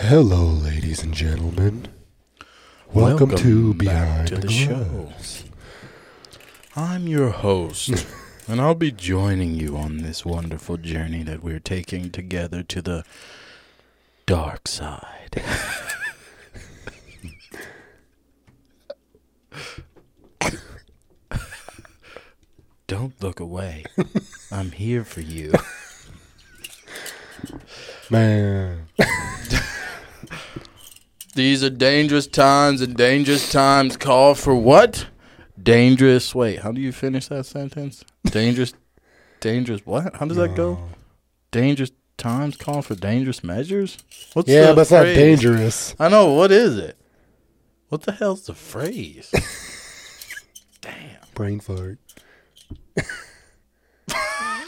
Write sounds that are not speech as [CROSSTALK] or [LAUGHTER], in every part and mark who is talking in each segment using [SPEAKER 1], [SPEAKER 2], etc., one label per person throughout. [SPEAKER 1] Hello, ladies and gentlemen. Welcome, to Behind
[SPEAKER 2] to
[SPEAKER 1] the,
[SPEAKER 2] the show.
[SPEAKER 1] Glass.
[SPEAKER 2] I'm your host, [LAUGHS] and I'll be joining you on this wonderful journey that we're taking together to the dark side. [LAUGHS] Don't
[SPEAKER 1] [LAUGHS]
[SPEAKER 2] look away. I'm here for you.
[SPEAKER 1] Man,
[SPEAKER 2] These are dangerous times, and dangerous times call for what? Dangerous. Wait, how do you finish that sentence? Dangerous. dangerous. What? How does that go? Dangerous times call for dangerous measures? What's
[SPEAKER 1] yeah,
[SPEAKER 2] the
[SPEAKER 1] but it's not
[SPEAKER 2] phrase?
[SPEAKER 1] dangerous.
[SPEAKER 2] I know. What is it? What the hell's
[SPEAKER 1] [LAUGHS]
[SPEAKER 2] the phrase? Damn.
[SPEAKER 1] Brain fart.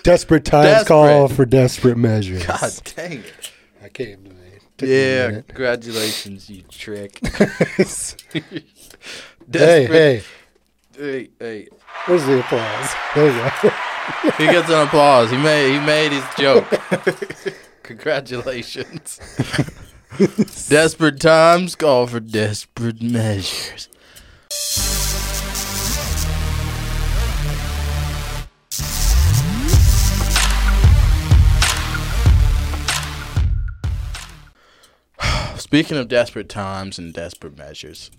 [SPEAKER 1] desperate times call
[SPEAKER 2] Desperate.
[SPEAKER 1] for desperate measures.
[SPEAKER 2] God dang it.
[SPEAKER 1] I came to me. Took me a
[SPEAKER 2] Yeah,
[SPEAKER 1] minute.
[SPEAKER 2] congratulations, you
[SPEAKER 1] [LAUGHS]
[SPEAKER 2] trick. [LAUGHS]
[SPEAKER 1] hey, hey,
[SPEAKER 2] hey, hey.
[SPEAKER 1] where's the applause? There you go. [LAUGHS]
[SPEAKER 2] He gets an applause. He made he made his joke. [LAUGHS] Congratulations. desperate times call for desperate measures. [SIGHS] Speaking of desperate times and desperate measures,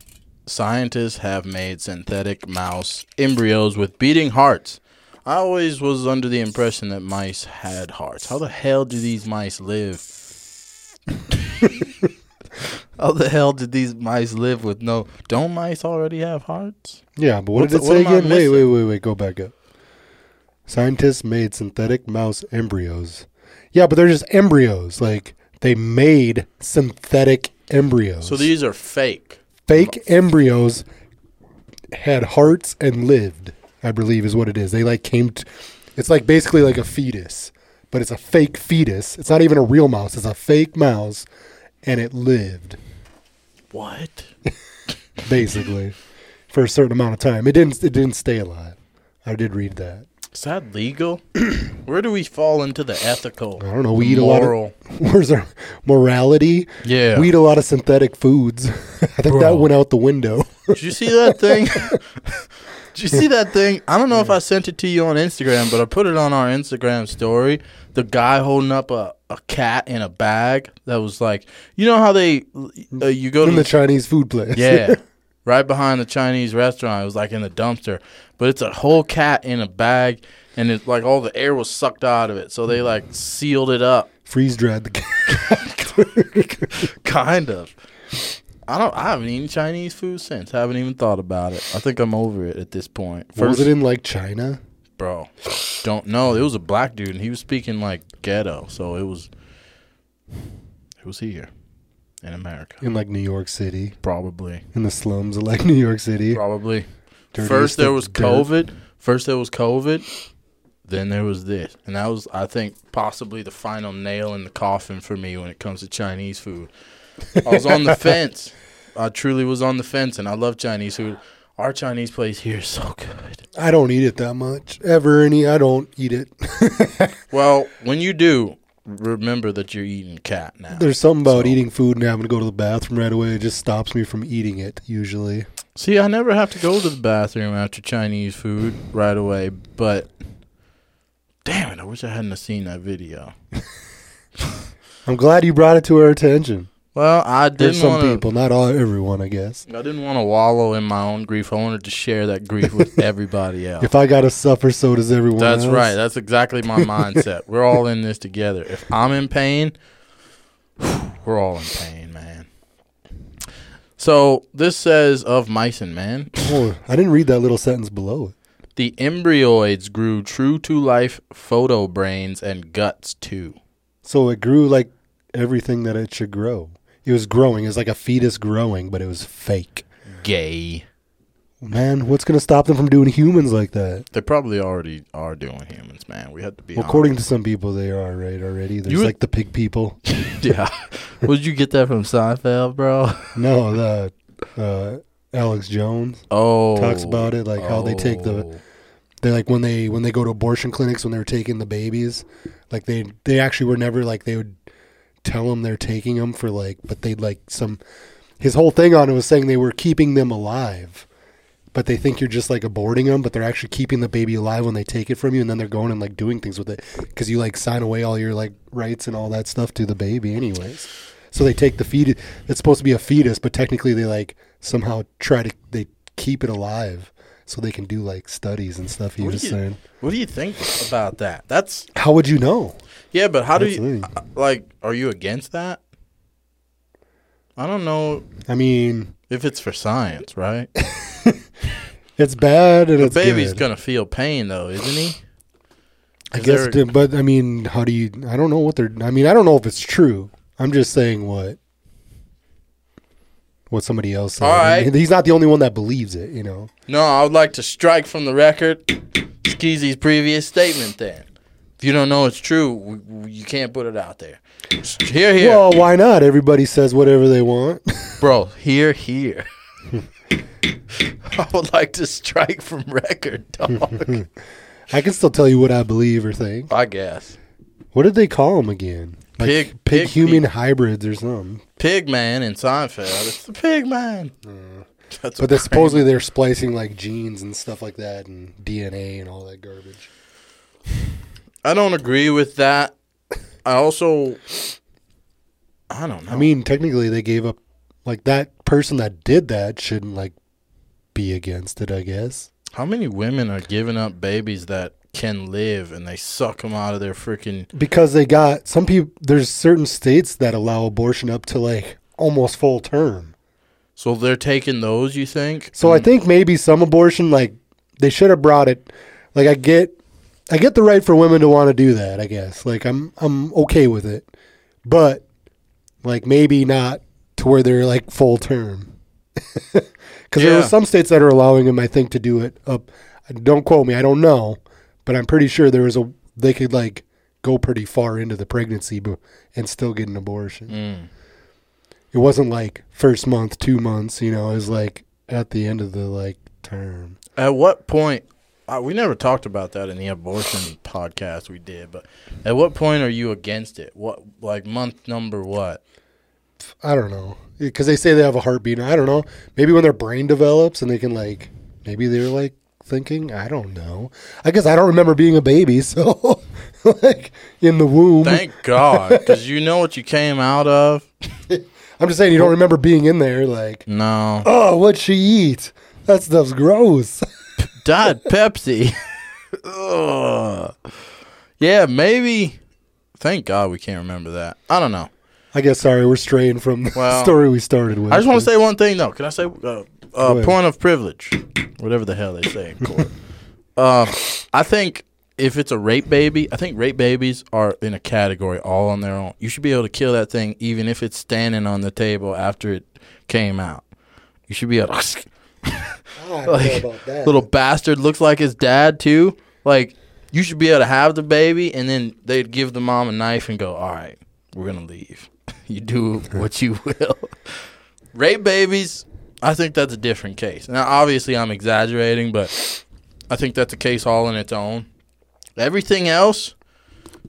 [SPEAKER 2] scientists have made synthetic mouse embryos with beating hearts. I always was under the impression that mice had hearts. How the hell do these mice live? [LAUGHS] How the hell did these mice live with no? Don't mice already have hearts?
[SPEAKER 1] Yeah, but what
[SPEAKER 2] What's
[SPEAKER 1] did it
[SPEAKER 2] the-
[SPEAKER 1] say
[SPEAKER 2] what am I
[SPEAKER 1] again? Wait, wait,
[SPEAKER 2] missing?
[SPEAKER 1] wait, wait. Go back up. Scientists made synthetic mouse embryos. Yeah, but they're just embryos. Like they made synthetic embryos.
[SPEAKER 2] So these are fake.
[SPEAKER 1] fake embryos had hearts and lived. I believe is what it is. They like came. T- it's like basically like a fetus, but it's a fake fetus. It's not even a real mouse. It's a fake mouse, and it lived
[SPEAKER 2] What?
[SPEAKER 1] basically for a certain amount of time. It didn't. It didn't stay alive. I did read that.
[SPEAKER 2] Is that legal? [CLEARS THROAT] Where do we fall into the ethical?
[SPEAKER 1] I don't know. We
[SPEAKER 2] the
[SPEAKER 1] eat a lot
[SPEAKER 2] moral?
[SPEAKER 1] of. [LAUGHS] Where's our morality?
[SPEAKER 2] Yeah.
[SPEAKER 1] We eat a lot of synthetic foods. [LAUGHS] I think that
[SPEAKER 2] Bro.
[SPEAKER 1] went out the window. [LAUGHS]
[SPEAKER 2] Did you see that thing? [LAUGHS] Did you see that thing? I don't know if I sent it to you on Instagram, but I put it on our Instagram story. The guy holding up a, a cat in a bag that was like, you know how they, uh, you go to
[SPEAKER 1] in [LAUGHS] the Chinese food place.
[SPEAKER 2] yeah, right behind the Chinese restaurant. It was like in the dumpster, but it's a whole cat in a bag, and it's like all the air was sucked out of it. So they like sealed it up, [LAUGHS]
[SPEAKER 1] Freeze dried the. [LAUGHS]
[SPEAKER 2] kind of. I don't. I haven't eaten Chinese food since. Haven't even thought about it. I think I'm over it at this point.
[SPEAKER 1] What was it in like China?
[SPEAKER 2] bro. Don't know. It was a black dude, and he was speaking like ghetto, so it was. It was here, in America,
[SPEAKER 1] In like New York City,
[SPEAKER 2] probably,
[SPEAKER 1] in the slums of like New York City.
[SPEAKER 2] probably.
[SPEAKER 1] Dirtiest
[SPEAKER 2] First there
[SPEAKER 1] of
[SPEAKER 2] was
[SPEAKER 1] dirt.
[SPEAKER 2] COVID. First there was COVID. Then there was this, and that was, I think, possibly the final nail in the coffin for me when it comes to Chinese food. I was on the fence. I truly was on the fence, and I love Chinese food. Our Chinese place here is so good.
[SPEAKER 1] I don't eat it that much ever. Any, I don't eat it. [LAUGHS]
[SPEAKER 2] Well, when you do, remember that you're eating cat now.
[SPEAKER 1] There's something about
[SPEAKER 2] So-
[SPEAKER 1] eating food and having to go to the bathroom right away. It just stops me from eating it usually.
[SPEAKER 2] See, I never have to go to the bathroom after Chinese food right away, but damn it, I wish I hadn't have seen that video.
[SPEAKER 1] I'm glad you brought it to our attention.
[SPEAKER 2] Well, I
[SPEAKER 1] There's
[SPEAKER 2] didn't
[SPEAKER 1] some
[SPEAKER 2] want to.
[SPEAKER 1] people, not all everyone, I guess.
[SPEAKER 2] I didn't want to wallow in my own grief. I wanted to share that
[SPEAKER 1] [LAUGHS]
[SPEAKER 2] grief with everybody else.
[SPEAKER 1] If I gotta suffer, so does everyone.
[SPEAKER 2] That's
[SPEAKER 1] else.
[SPEAKER 2] right. That's exactly my mindset. We're all in this together. If I'm in pain, [SIGHS] we're all in pain, man. So this says of mice and man.
[SPEAKER 1] Oh, I didn't read that little sentence below it.
[SPEAKER 2] The embryoids grew true to life photo brains and guts too.
[SPEAKER 1] So it grew like everything that it should grow. It was growing. It was like a fetus growing, but it was fake.
[SPEAKER 2] Gay.
[SPEAKER 1] Man, what's gonna stop them from doing humans like that?
[SPEAKER 2] They probably already are doing humans, man. We have to be
[SPEAKER 1] According to some people, they are right already. There's
[SPEAKER 2] You would-
[SPEAKER 1] like the pig people.
[SPEAKER 2] honest. [LAUGHS] yeah. Would you get that from Seinfeld, bro?
[SPEAKER 1] No, the uh, Alex Jones.
[SPEAKER 2] Oh,
[SPEAKER 1] Talks about it, like how they take the-
[SPEAKER 2] Oh.
[SPEAKER 1] They like when they when they go to abortion clinics when they were taking the babies, like they they actually were never like they would tell him they're taking him for like, but they'd like some. His whole thing on it was saying they were keeping them alive, but they think you're just like aborting them, but they're actually keeping the baby alive when they take it from you, and then they're going and like doing things with it because you like sign away all your like rights and all that stuff to the baby, anyways. So they take the fetus. It's supposed to be a fetus, but technically they like somehow try to they keep it alive so they can do like studies and stuff. He
[SPEAKER 2] What
[SPEAKER 1] was
[SPEAKER 2] do, you,
[SPEAKER 1] saying,
[SPEAKER 2] what do you think about that? That's
[SPEAKER 1] how would you know?
[SPEAKER 2] yeah, but how do you
[SPEAKER 1] Absolutely.
[SPEAKER 2] uh, like? Are you against that? I don't know
[SPEAKER 1] I mean,
[SPEAKER 2] if it's for science, right?
[SPEAKER 1] it's bad and
[SPEAKER 2] The
[SPEAKER 1] it's
[SPEAKER 2] baby's
[SPEAKER 1] good.
[SPEAKER 2] gonna feel pain though, isn't he?
[SPEAKER 1] I
[SPEAKER 2] Is
[SPEAKER 1] guess,
[SPEAKER 2] there-
[SPEAKER 1] d- but I mean, how do you? I don't know what they're. I mean, I don't know if it's true. I'm just saying what what somebody else said.
[SPEAKER 2] All right.
[SPEAKER 1] And he's not the only one that believes it. You know,
[SPEAKER 2] No, I would like to strike from the record Skeezy's previous statement. Then, if you don't know it's true, w- w- you can't put it out there. Here, here,
[SPEAKER 1] well, why not? Everybody says whatever they want. [LAUGHS]
[SPEAKER 2] bro. Here, here. [LAUGHS] I would like to strike from
[SPEAKER 1] [LAUGHS]
[SPEAKER 2] record, [LAUGHS] dog.
[SPEAKER 1] I can still tell you what I believe or think.
[SPEAKER 2] I guess.
[SPEAKER 1] What did they call him again? Like
[SPEAKER 2] Pig-
[SPEAKER 1] pig,
[SPEAKER 2] pig
[SPEAKER 1] human hybrids or something.
[SPEAKER 2] Pigman in Seinfeld. It's the Pigman.
[SPEAKER 1] Mm.
[SPEAKER 2] That's
[SPEAKER 1] But they
[SPEAKER 2] crazy.
[SPEAKER 1] supposedly they're splicing like genes and stuff like that and DNA and all that garbage.
[SPEAKER 2] I don't agree with that. I also, I don't know.
[SPEAKER 1] I mean, technically they gave up. Like that person that did that shouldn't like be against it. I guess.
[SPEAKER 2] how many women are giving up babies that can live and they suck them out of their freaking?
[SPEAKER 1] because they got some people there's certain states that allow abortion up to like almost full term
[SPEAKER 2] So they're taking those. You think? Mm.
[SPEAKER 1] so i think maybe some abortion like they should have brought it like i get i get the right for women to want to do that i guess like i'm i'm okay with it but like maybe not to where they're like full term [LAUGHS] because there
[SPEAKER 2] Yeah.
[SPEAKER 1] are some states that are allowing them i think to do it up don't quote me i don't know but i'm pretty sure there was a they could like go pretty far into the pregnancy but, and still get an abortion it wasn't like first month two months you know it was like at the end of the like term
[SPEAKER 2] At what point? Uh, we never talked about that in the abortion podcast we did, but at what point are you against it? What like month number what?
[SPEAKER 1] i don't know because they say they have a heartbeat i don't know maybe when their brain develops and they can like maybe they're like thinking i don't know i guess i don't remember being a baby [LAUGHS] so like in the womb [LAUGHS]
[SPEAKER 2] Thank God, because you know what you came out of.
[SPEAKER 1] i'm just saying you don't remember being in there like
[SPEAKER 2] No,
[SPEAKER 1] oh what'd she eat that stuff's gross
[SPEAKER 2] Diet Pepsi. [LAUGHS] Ugh. Yeah, maybe. Thank God we can't remember that. I don't know.
[SPEAKER 1] i guess sorry we're straying from the
[SPEAKER 2] Well,
[SPEAKER 1] story we started with
[SPEAKER 2] I just want to say one thing though. Can I say uh, uh,
[SPEAKER 1] ahead.
[SPEAKER 2] point of privilege, whatever the hell they say in court? [LAUGHS] uh, I think if it's a rape baby, I think rape babies are in a category all on their own. You should be able to kill that thing even if it's standing on the table after it came out. You should be able to [LAUGHS]
[SPEAKER 1] I don't know
[SPEAKER 2] like
[SPEAKER 1] about that.
[SPEAKER 2] little bastard looks like his dad too. Like you should be able to have the baby, and then they'd give the mom a knife and go, "All right, we're gonna leave. [LAUGHS] You do what you [LAUGHS] will." Rape babies, I think that's a different case. Now, obviously, I'm exaggerating, but I think that's a case all on its own. Everything else,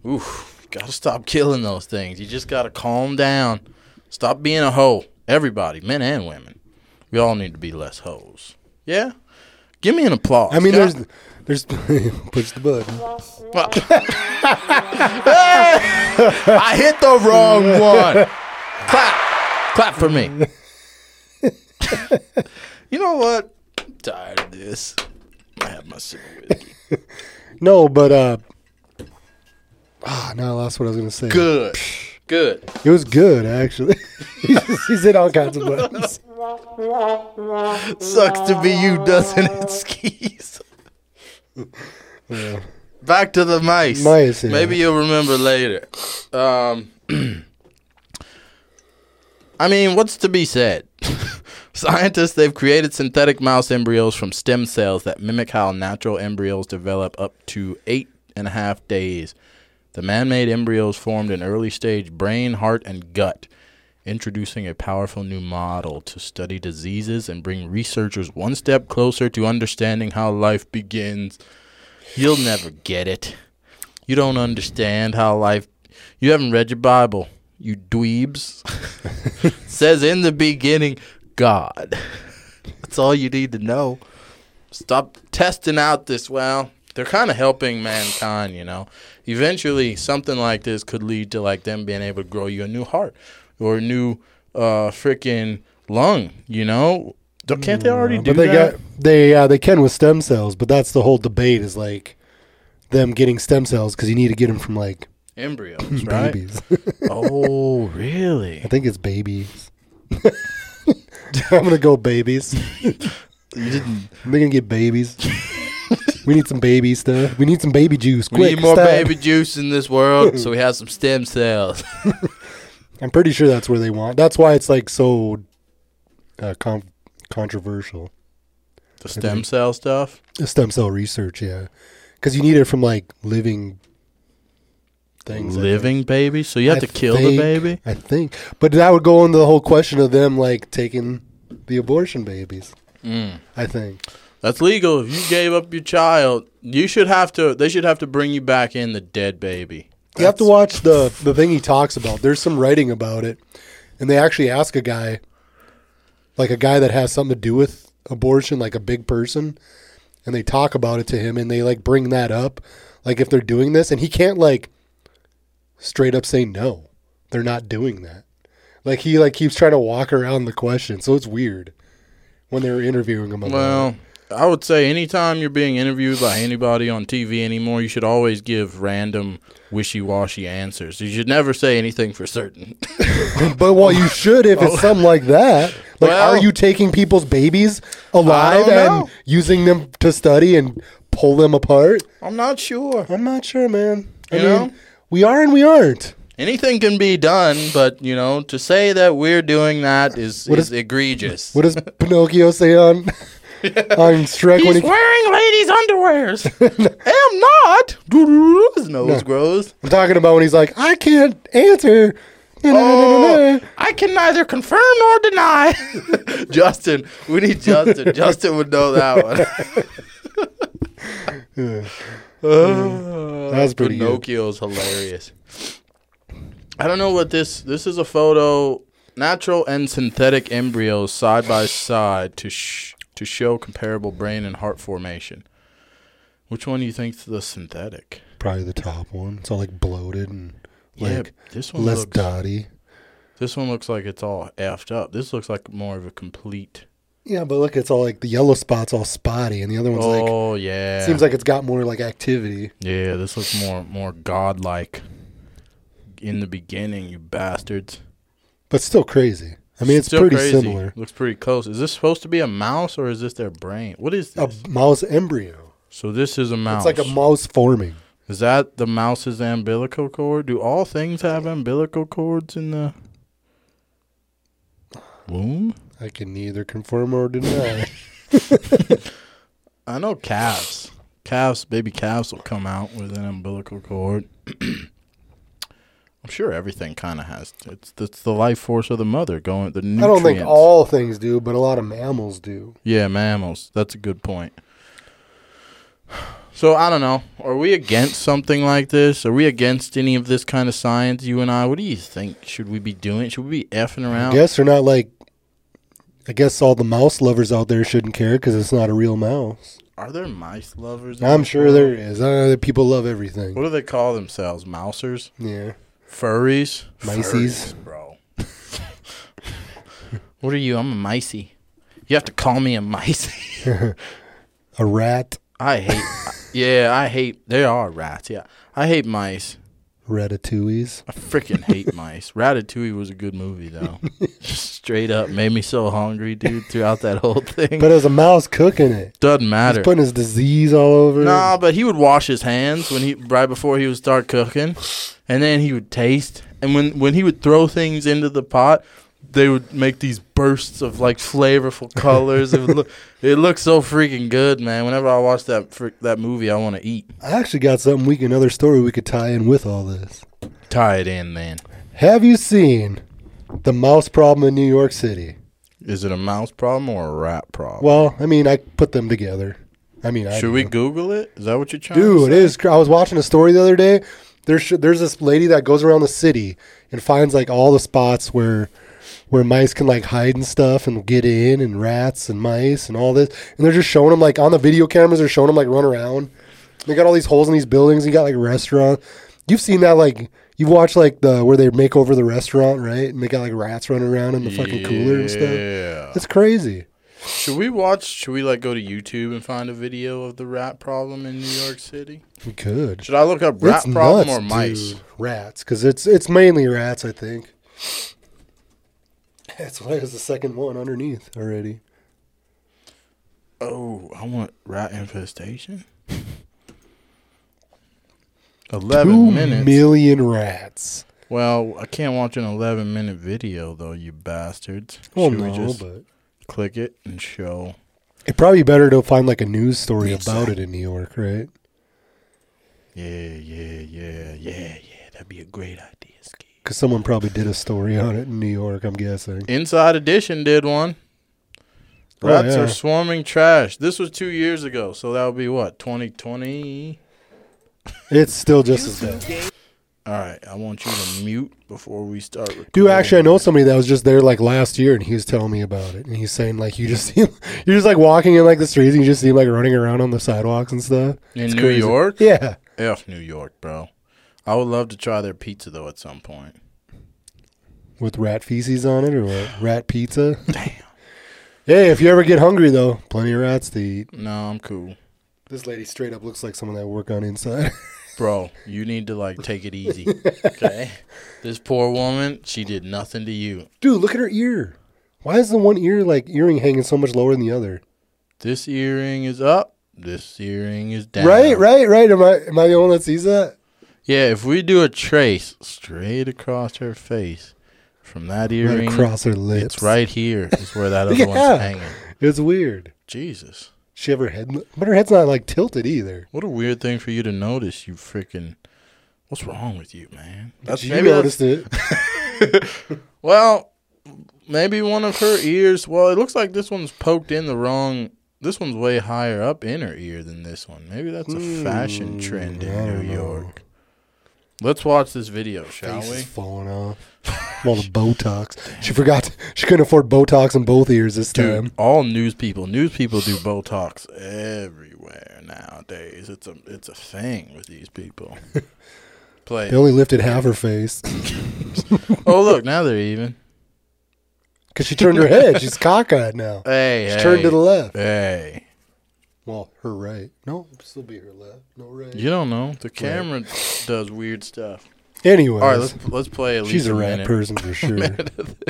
[SPEAKER 2] oof, gotta stop killing those things. You just gotta calm down. Stop being a hoe. Everybody, men and women, we all need to be less hoes. Yeah. Give me an applause.
[SPEAKER 1] i mean
[SPEAKER 2] Can
[SPEAKER 1] there's there's [LAUGHS] push the button
[SPEAKER 2] Well- [LAUGHS] Hey! I hit the wrong
[SPEAKER 1] [LAUGHS]
[SPEAKER 2] one. Clap. Clap for me. you know what? I'm tired of this. I have my sip of whiskey.
[SPEAKER 1] No, but uh Ah, now I lost what I was gonna say.
[SPEAKER 2] Good. Good.
[SPEAKER 1] It was good actually. [LAUGHS] He's hit all kinds of buttons.
[SPEAKER 2] Sucks to be you, doesn't it, skis?
[SPEAKER 1] [LAUGHS] Yeah.
[SPEAKER 2] Back to the mice.
[SPEAKER 1] Mice, yeah.
[SPEAKER 2] Maybe you'll remember later. Um, [CLEARS THROAT] I mean, what's to be said? [LAUGHS] Scientists, they've created synthetic mouse embryos from stem cells that mimic how natural embryos develop up to eight and a half days. The man made embryos formed in early stage brain, heart, and gut, introducing a powerful new model to study diseases and bring researchers one step closer to understanding how life begins. You'll never get it. You don't understand how life. You haven't read your Bible. you dweebs, [LAUGHS] says in the beginning, God. That's all you need to know. Stop testing out this. Well, they're kind of helping mankind, you know. Eventually, something like this could lead to like them being able to grow you a new heart or a new uh freaking lung, you know. Don't- Can't [LAUGHS] they already do
[SPEAKER 1] Uh, Mm, but they
[SPEAKER 2] that?
[SPEAKER 1] got they uh, they can with stem cells, but that's the whole debate is like them getting stem cells because you need to get them from like [CLEARS THROAT]
[SPEAKER 2] Embryos, right?
[SPEAKER 1] babies. [LAUGHS]
[SPEAKER 2] Oh,
[SPEAKER 1] I
[SPEAKER 2] really?
[SPEAKER 1] think it's babies. [LAUGHS] I'm gonna go babies.
[SPEAKER 2] You didn't.
[SPEAKER 1] We're gonna get babies. we need some baby stuff. We need some baby juice.
[SPEAKER 2] We
[SPEAKER 1] Quick,
[SPEAKER 2] need more
[SPEAKER 1] stop.
[SPEAKER 2] baby juice in this world, so we have some stem cells.
[SPEAKER 1] I'm pretty sure that's where they want. That's why it's like so uh, con- controversial.
[SPEAKER 2] [LAUGHS] The stem cell stuff.
[SPEAKER 1] The stem cell research, yeah, because you need it from like living things. I think.
[SPEAKER 2] Living baby, so you have
[SPEAKER 1] I
[SPEAKER 2] to kill the
[SPEAKER 1] think-
[SPEAKER 2] baby.
[SPEAKER 1] I think, but that would go into the whole question of them like taking the abortion babies.
[SPEAKER 2] Mm.
[SPEAKER 1] I think.
[SPEAKER 2] That's legal. If you gave up your child, you should have to. They should have to bring you back in the dead baby.
[SPEAKER 1] You have to watch the the thing he talks about. There's some writing about it, and they actually ask a guy, like a guy that has something to do with abortion, like a big person, and they talk about it to him, and they like bring that up, like if they're doing this, and he can't like straight up say no, they're not doing that. Like he like keeps trying to walk around the question, so it's weird when they were interviewing him. About it.
[SPEAKER 2] Well, I would say anytime you're being interviewed by anybody on TV anymore, you should always give random wishy-washy answers. You should never say anything for certain. [LAUGHS]
[SPEAKER 1] But well, you should if it's something like that. Like,
[SPEAKER 2] Oh. Well-
[SPEAKER 1] are you taking people's babies alive
[SPEAKER 2] I don't
[SPEAKER 1] and
[SPEAKER 2] know.
[SPEAKER 1] using them to study and pull them apart?
[SPEAKER 2] I'm not sure.
[SPEAKER 1] I'm not sure, man. I
[SPEAKER 2] You
[SPEAKER 1] mean,
[SPEAKER 2] know?
[SPEAKER 1] we are and we aren't.
[SPEAKER 2] Anything can be done, but you know, to say that we're doing that is is,
[SPEAKER 1] is-
[SPEAKER 2] egregious. [LAUGHS]
[SPEAKER 1] What does Pinocchio say on on Shrek when
[SPEAKER 2] He's
[SPEAKER 1] he?
[SPEAKER 2] wearing ladies' underwears. [LAUGHS] Am not. His nose grows.
[SPEAKER 1] I'm talking about when he's like, I can't answer.
[SPEAKER 2] Oh, I can neither confirm nor deny. [LAUGHS] Justin, we need [LAUGHS] Justin. Justin would know that one.
[SPEAKER 1] Yeah.
[SPEAKER 2] [LAUGHS] Uh,
[SPEAKER 1] That's pretty good.
[SPEAKER 2] Pinocchio's hilarious. I don't know what this. This is a photo. Natural and synthetic embryos side by side to sh- to show comparable brain and heart formation. Which one do you think's the synthetic?
[SPEAKER 1] Probably the top one. It's all like bloated and like
[SPEAKER 2] this one
[SPEAKER 1] less
[SPEAKER 2] looks.
[SPEAKER 1] dotty.
[SPEAKER 2] This one looks like it's all effed up. This looks like more of a complete.
[SPEAKER 1] Yeah, but look, it's all like the yellow spot's all spotty, and the other one's like
[SPEAKER 2] oh yeah.
[SPEAKER 1] Seems like it's got more like activity.
[SPEAKER 2] Yeah, this looks more more godlike. In the beginning, you bastards.
[SPEAKER 1] But still crazy. I mean, it's
[SPEAKER 2] Still
[SPEAKER 1] pretty
[SPEAKER 2] crazy.
[SPEAKER 1] similar.
[SPEAKER 2] Looks pretty close. Is this supposed to be a mouse or is this their brain? What is
[SPEAKER 1] A
[SPEAKER 2] this?
[SPEAKER 1] mouse embryo.
[SPEAKER 2] so this is a mouse.
[SPEAKER 1] It's like a mouse forming.
[SPEAKER 2] is that the mouse's umbilical cord? Do all things have umbilical cords in the womb?
[SPEAKER 1] I can neither confirm or deny. [LAUGHS]
[SPEAKER 2] I know calves. Calves, baby calves will come out with an umbilical cord. [CLEARS THROAT] I'm sure everything kind of has. It's it's the life force of the mother going the
[SPEAKER 1] I
[SPEAKER 2] nutrients.
[SPEAKER 1] don't think all things do, but a lot of mammals do.
[SPEAKER 2] Yeah, mammals. That's a good point. So I don't know. Are we against something like this? Are we against any of this kind of science? You and I. What do you think? Should we be doing? Should we be effing
[SPEAKER 1] I
[SPEAKER 2] around?
[SPEAKER 1] guess they're not like. I guess all the mouse lovers out there shouldn't care because it's not a real mouse.
[SPEAKER 2] Are there mice lovers? in
[SPEAKER 1] I'm
[SPEAKER 2] this
[SPEAKER 1] sure
[SPEAKER 2] world?
[SPEAKER 1] there is. I know that people love everything.
[SPEAKER 2] What do they call themselves? Mousers.
[SPEAKER 1] Yeah. [LAUGHS]
[SPEAKER 2] Furries?
[SPEAKER 1] Mices.
[SPEAKER 2] Furries, bro. [LAUGHS] what are you? I'm a micey. You have to call me a micey.
[SPEAKER 1] A rat,
[SPEAKER 2] I hate. [LAUGHS] yeah, I hate. They are rats. Yeah, I hate mice.
[SPEAKER 1] ratatouilles.
[SPEAKER 2] I freaking hate mice. Ratatouille was a good movie though. Straight up made me so hungry, dude. Throughout that whole thing,
[SPEAKER 1] But as a mouse cooking it,
[SPEAKER 2] doesn't
[SPEAKER 1] he's
[SPEAKER 2] matter.
[SPEAKER 1] putting his disease all over. it.
[SPEAKER 2] Nah, but he would wash his hands when he right before he would start cooking, and then he would taste. And when when he would throw things into the pot, they would make these bursts of
[SPEAKER 1] [LAUGHS]
[SPEAKER 2] like flavorful colors. it would look it looks so freaking good, man. Whenever I watch that fr- that movie, I want to eat.
[SPEAKER 1] I actually got something we can another story we could tie in with all this.
[SPEAKER 2] Tie it in, man.
[SPEAKER 1] Have you seen the mouse problem in New York City?
[SPEAKER 2] Is it a mouse problem or a rat problem?
[SPEAKER 1] Well, I mean, I put them together. I mean, I
[SPEAKER 2] Should we
[SPEAKER 1] do.
[SPEAKER 2] Google it? Is that what you're trying?
[SPEAKER 1] dude? It
[SPEAKER 2] to
[SPEAKER 1] is. cr- I was watching a story the other day, There's sh- there's this lady that goes around the city and finds like all the spots where where mice can like hide and stuff and get in and rats and mice and all this. And they're just showing them like on the video cameras. They're showing them like run around. They got all these holes in these buildings. You got like restaurant. You've seen that like you've watched like the where they make over the restaurant right and they got like rats running around in the fucking cooler and stuff.
[SPEAKER 2] Yeah.
[SPEAKER 1] It's crazy.
[SPEAKER 2] Should we watch? Should we like go to YouTube and find a video of the rat problem in New York City?
[SPEAKER 1] We could.
[SPEAKER 2] Should I look up rat
[SPEAKER 1] It's
[SPEAKER 2] problem
[SPEAKER 1] nuts,
[SPEAKER 2] or mice?
[SPEAKER 1] dude. Rats, because it's it's mainly rats, I think. [LAUGHS] That's why it was the second one underneath already.
[SPEAKER 2] Oh, I want rat infestation. Eleven
[SPEAKER 1] Two
[SPEAKER 2] minutes.
[SPEAKER 1] million rats.
[SPEAKER 2] well, I can't watch an eleven-minute video though, you bastards.
[SPEAKER 1] Well,
[SPEAKER 2] Should we
[SPEAKER 1] Oh, no,
[SPEAKER 2] just
[SPEAKER 1] but
[SPEAKER 2] click it and show?
[SPEAKER 1] it'd probably be better to find like a news story
[SPEAKER 2] Yes,
[SPEAKER 1] about
[SPEAKER 2] sir.
[SPEAKER 1] it in New York, right?
[SPEAKER 2] Yeah, yeah, yeah, yeah, yeah. That'd be a great idea, Ski.
[SPEAKER 1] Because someone probably did a story on it in New York. I'm guessing.
[SPEAKER 2] Inside Edition did one.
[SPEAKER 1] Oh,
[SPEAKER 2] Rats
[SPEAKER 1] yeah.
[SPEAKER 2] are swarming trash. This was two years ago, so that would be what, 2020?
[SPEAKER 1] It's still just as bad.
[SPEAKER 2] All right, I want you to mute before we start. Recording.
[SPEAKER 1] Dude, actually, I know somebody that was just there like last year, and he was telling me about it. And he's saying like, you just [LAUGHS] see, you're just like walking in like the streets, and you just see him like running around on the sidewalks and stuff.
[SPEAKER 2] in
[SPEAKER 1] It's
[SPEAKER 2] New
[SPEAKER 1] crazy.
[SPEAKER 2] York.
[SPEAKER 1] Yeah,
[SPEAKER 2] F New York, bro. I would love to try their pizza though at some point.
[SPEAKER 1] with rat feces on it or what? Rat pizza.
[SPEAKER 2] Damn.
[SPEAKER 1] hey, if you ever get hungry though, plenty of rats to eat.
[SPEAKER 2] No, I'm cool,
[SPEAKER 1] This lady straight up looks like someone that work on inside. [LAUGHS]
[SPEAKER 2] bro. You need to like take it easy, okay? This poor woman, she did nothing to you.
[SPEAKER 1] Dude, look at her ear. Why is the one ear like earring hanging so much lower than the other?
[SPEAKER 2] This earring is up. This earring is down.
[SPEAKER 1] Right, right, right. Am I am I the only one that sees that?
[SPEAKER 2] Yeah, if we do a trace straight across her face from that
[SPEAKER 1] Right
[SPEAKER 2] earring,
[SPEAKER 1] across her lips.
[SPEAKER 2] it's right here is where that
[SPEAKER 1] [LAUGHS]
[SPEAKER 2] other
[SPEAKER 1] Yeah.
[SPEAKER 2] one's hanging.
[SPEAKER 1] It's weird.
[SPEAKER 2] Jesus.
[SPEAKER 1] She have her head, but her head's not like tilted either.
[SPEAKER 2] What a weird thing for you to notice, you freaking. What's wrong with you, man? That's,
[SPEAKER 1] you
[SPEAKER 2] maybe that's-
[SPEAKER 1] noticed it.
[SPEAKER 2] well, maybe one of her ears. Well, it looks like this one's poked in the wrong. This one's way higher up in her ear than this one. Maybe that's a fashion trend
[SPEAKER 1] Hmm, I
[SPEAKER 2] in
[SPEAKER 1] don't
[SPEAKER 2] New
[SPEAKER 1] know.
[SPEAKER 2] York. Let's watch this video, [LAUGHS] shall
[SPEAKER 1] Face
[SPEAKER 2] we?
[SPEAKER 1] is falling off. All the Botox. She forgot. She couldn't afford Botox in both ears this
[SPEAKER 2] Dude,
[SPEAKER 1] time.
[SPEAKER 2] all news people, news people do Botox everywhere nowadays. It's a it's a thing with these
[SPEAKER 1] [LAUGHS]
[SPEAKER 2] people. Play.
[SPEAKER 1] They only lifted half her face
[SPEAKER 2] Oh look, now they're even.
[SPEAKER 1] because she turned her head.
[SPEAKER 2] [LAUGHS]
[SPEAKER 1] She's cockeyed now.
[SPEAKER 2] Hey,
[SPEAKER 1] She turned to the left.
[SPEAKER 2] Hey,
[SPEAKER 1] Well, her right. No, it'll still be her left. No right.
[SPEAKER 2] you don't know the camera does weird stuff.
[SPEAKER 1] Anyways,
[SPEAKER 2] All right, let's let's play at least
[SPEAKER 1] she's a
[SPEAKER 2] rat
[SPEAKER 1] rat person
[SPEAKER 2] [LAUGHS]
[SPEAKER 1] for sure.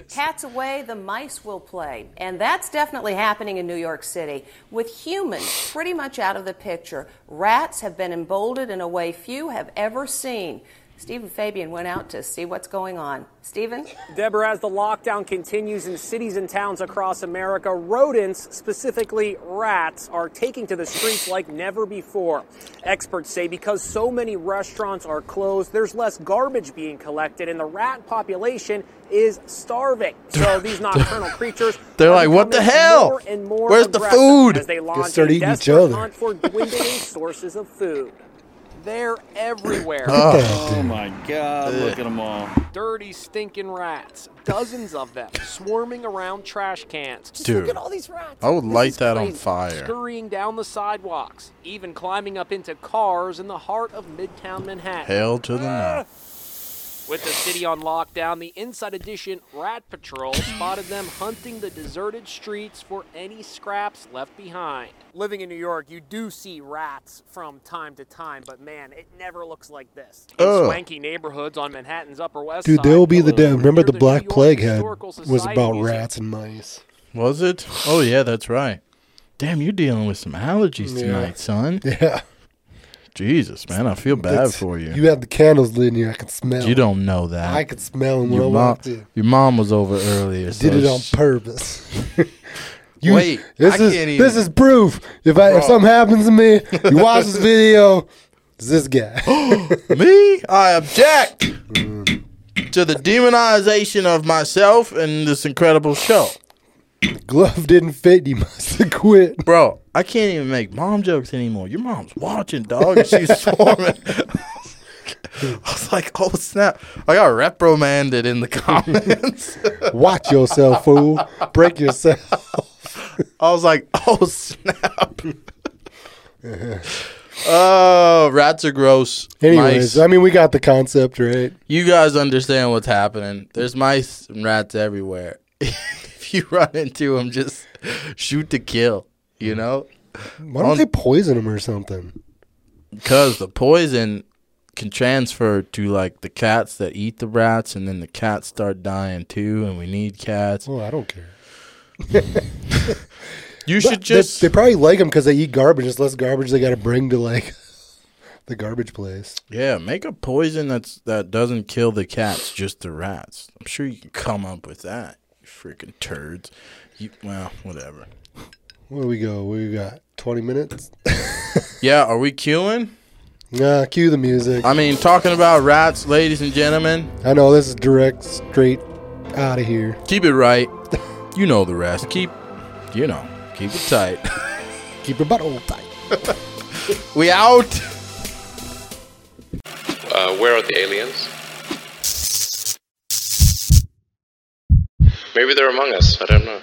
[SPEAKER 3] Cats away, the mice will play. And that's definitely happening in New York City. With humans pretty much out of the picture, rats have been emboldened in a way few have ever seen. Stephen Fabian went out to see what's going on. Stephen?
[SPEAKER 4] Deborah, as the lockdown continues in cities and towns across America, rodents, specifically rats, are taking to the streets like never before. Experts say because so many restaurants are closed, there's less garbage being collected, and the rat population is
[SPEAKER 2] [LAUGHS]
[SPEAKER 4] starving. So these nocturnal creatures
[SPEAKER 2] They're
[SPEAKER 4] are
[SPEAKER 2] like, "What the
[SPEAKER 4] becoming
[SPEAKER 2] hell?
[SPEAKER 4] more and more
[SPEAKER 2] Where's the
[SPEAKER 4] aggressive
[SPEAKER 2] food?"
[SPEAKER 4] As they launch
[SPEAKER 1] start
[SPEAKER 4] a
[SPEAKER 1] eating each
[SPEAKER 4] desperate
[SPEAKER 1] other.
[SPEAKER 4] hunt for dwindling
[SPEAKER 1] [LAUGHS]
[SPEAKER 4] sources of food. They're everywhere.
[SPEAKER 5] Oh my god, look at them all.
[SPEAKER 4] dirty, stinking rats. Dozens of them swarming around trash cans. Just
[SPEAKER 2] Dude,
[SPEAKER 4] look at all these rats.
[SPEAKER 2] I would
[SPEAKER 4] This
[SPEAKER 2] light
[SPEAKER 4] is
[SPEAKER 2] that on
[SPEAKER 4] crazy.
[SPEAKER 2] fire.
[SPEAKER 4] Scurrying down the sidewalks, even climbing up into cars in the heart of Midtown Manhattan.
[SPEAKER 2] Hell to the no.
[SPEAKER 4] With the city on lockdown, the Inside Edition Rat Patrol spotted them hunting the deserted streets for any scraps left behind. Living in New York, you do see rats from time to time, but man, it never looks like this. In
[SPEAKER 2] Ugh.
[SPEAKER 4] swanky neighborhoods on Manhattan's Upper West
[SPEAKER 1] Dude,
[SPEAKER 4] Side,
[SPEAKER 1] they will be the
[SPEAKER 4] you'll
[SPEAKER 1] damn. Remember
[SPEAKER 4] hear
[SPEAKER 1] the Black
[SPEAKER 4] New York
[SPEAKER 1] Plague had
[SPEAKER 4] Historical
[SPEAKER 1] was
[SPEAKER 4] Society
[SPEAKER 1] about
[SPEAKER 4] music.
[SPEAKER 1] rats and mice. [LAUGHS]
[SPEAKER 2] Was it? Oh yeah, that's right. Damn, you're dealing with some allergies
[SPEAKER 1] Yeah.
[SPEAKER 2] tonight, son.
[SPEAKER 1] Yeah,
[SPEAKER 2] Jesus, man, I feel bad
[SPEAKER 1] That's-
[SPEAKER 2] for you.
[SPEAKER 1] You had the candles lit in you. I could smell.
[SPEAKER 2] You don't know that.
[SPEAKER 1] I could smell them when I
[SPEAKER 2] Your mom,
[SPEAKER 1] walked in.
[SPEAKER 2] your mom was over earlier. so
[SPEAKER 1] Did it on
[SPEAKER 2] she-
[SPEAKER 1] purpose. [LAUGHS]
[SPEAKER 2] Wait,
[SPEAKER 1] this
[SPEAKER 2] I
[SPEAKER 1] is
[SPEAKER 2] can't even-
[SPEAKER 1] this is proof. If I, if
[SPEAKER 2] Bro.
[SPEAKER 1] something happens to me, you watch
[SPEAKER 2] [LAUGHS]
[SPEAKER 1] this video. It's this guy. [GASPS]
[SPEAKER 2] [GASPS] Me? I object
[SPEAKER 1] Mm.
[SPEAKER 2] to the demonization of myself and this incredible show.
[SPEAKER 1] Glove didn't fit. You must have quit.
[SPEAKER 2] Bro, [LAUGHS] I can't even make mom jokes anymore. Your mom's watching, dog, and she's swarming. like, I was like, oh snap! I got reprimanded in the comments. [LAUGHS]
[SPEAKER 1] Watch yourself, fool. Break yourself.
[SPEAKER 2] I was like, oh snap! [LAUGHS] oh, rats are gross.
[SPEAKER 1] [LAUGHS] Anyways,
[SPEAKER 2] mice.
[SPEAKER 1] I mean, we got the concept, right?
[SPEAKER 2] you guys understand what's happening. There's mice and rats everywhere. [LAUGHS] if you run into them, just shoot to kill. You know,
[SPEAKER 1] Why don't
[SPEAKER 2] On-
[SPEAKER 1] they poison him or something?
[SPEAKER 2] because the poison can transfer to like the cats that eat the rats, and then the cats start dying too, and we need cats.
[SPEAKER 1] Oh, I don't care.
[SPEAKER 2] You should
[SPEAKER 1] They-
[SPEAKER 2] just
[SPEAKER 1] they, probably like them because they eat garbage. It's less garbage they got to bring to like [LAUGHS] the garbage place.
[SPEAKER 2] yeah make a poison that's that doesn't kill the cats, just the rats. I'm sure you can come up with that. You freaking turds. You, well, whatever.
[SPEAKER 1] Where do we go? We got twenty minutes. [LAUGHS]
[SPEAKER 2] Yeah, are we queuing?
[SPEAKER 1] Nah, cue the music.
[SPEAKER 2] I mean, talking about rats, ladies and gentlemen.
[SPEAKER 1] I know this is direct, straight out of here.
[SPEAKER 2] Keep it right. You know the rest. Keep, you know, keep it tight. [LAUGHS]
[SPEAKER 1] Keep your butthole tight.
[SPEAKER 2] we out.
[SPEAKER 6] Uh, where are the aliens? Maybe they're among us. I don't know.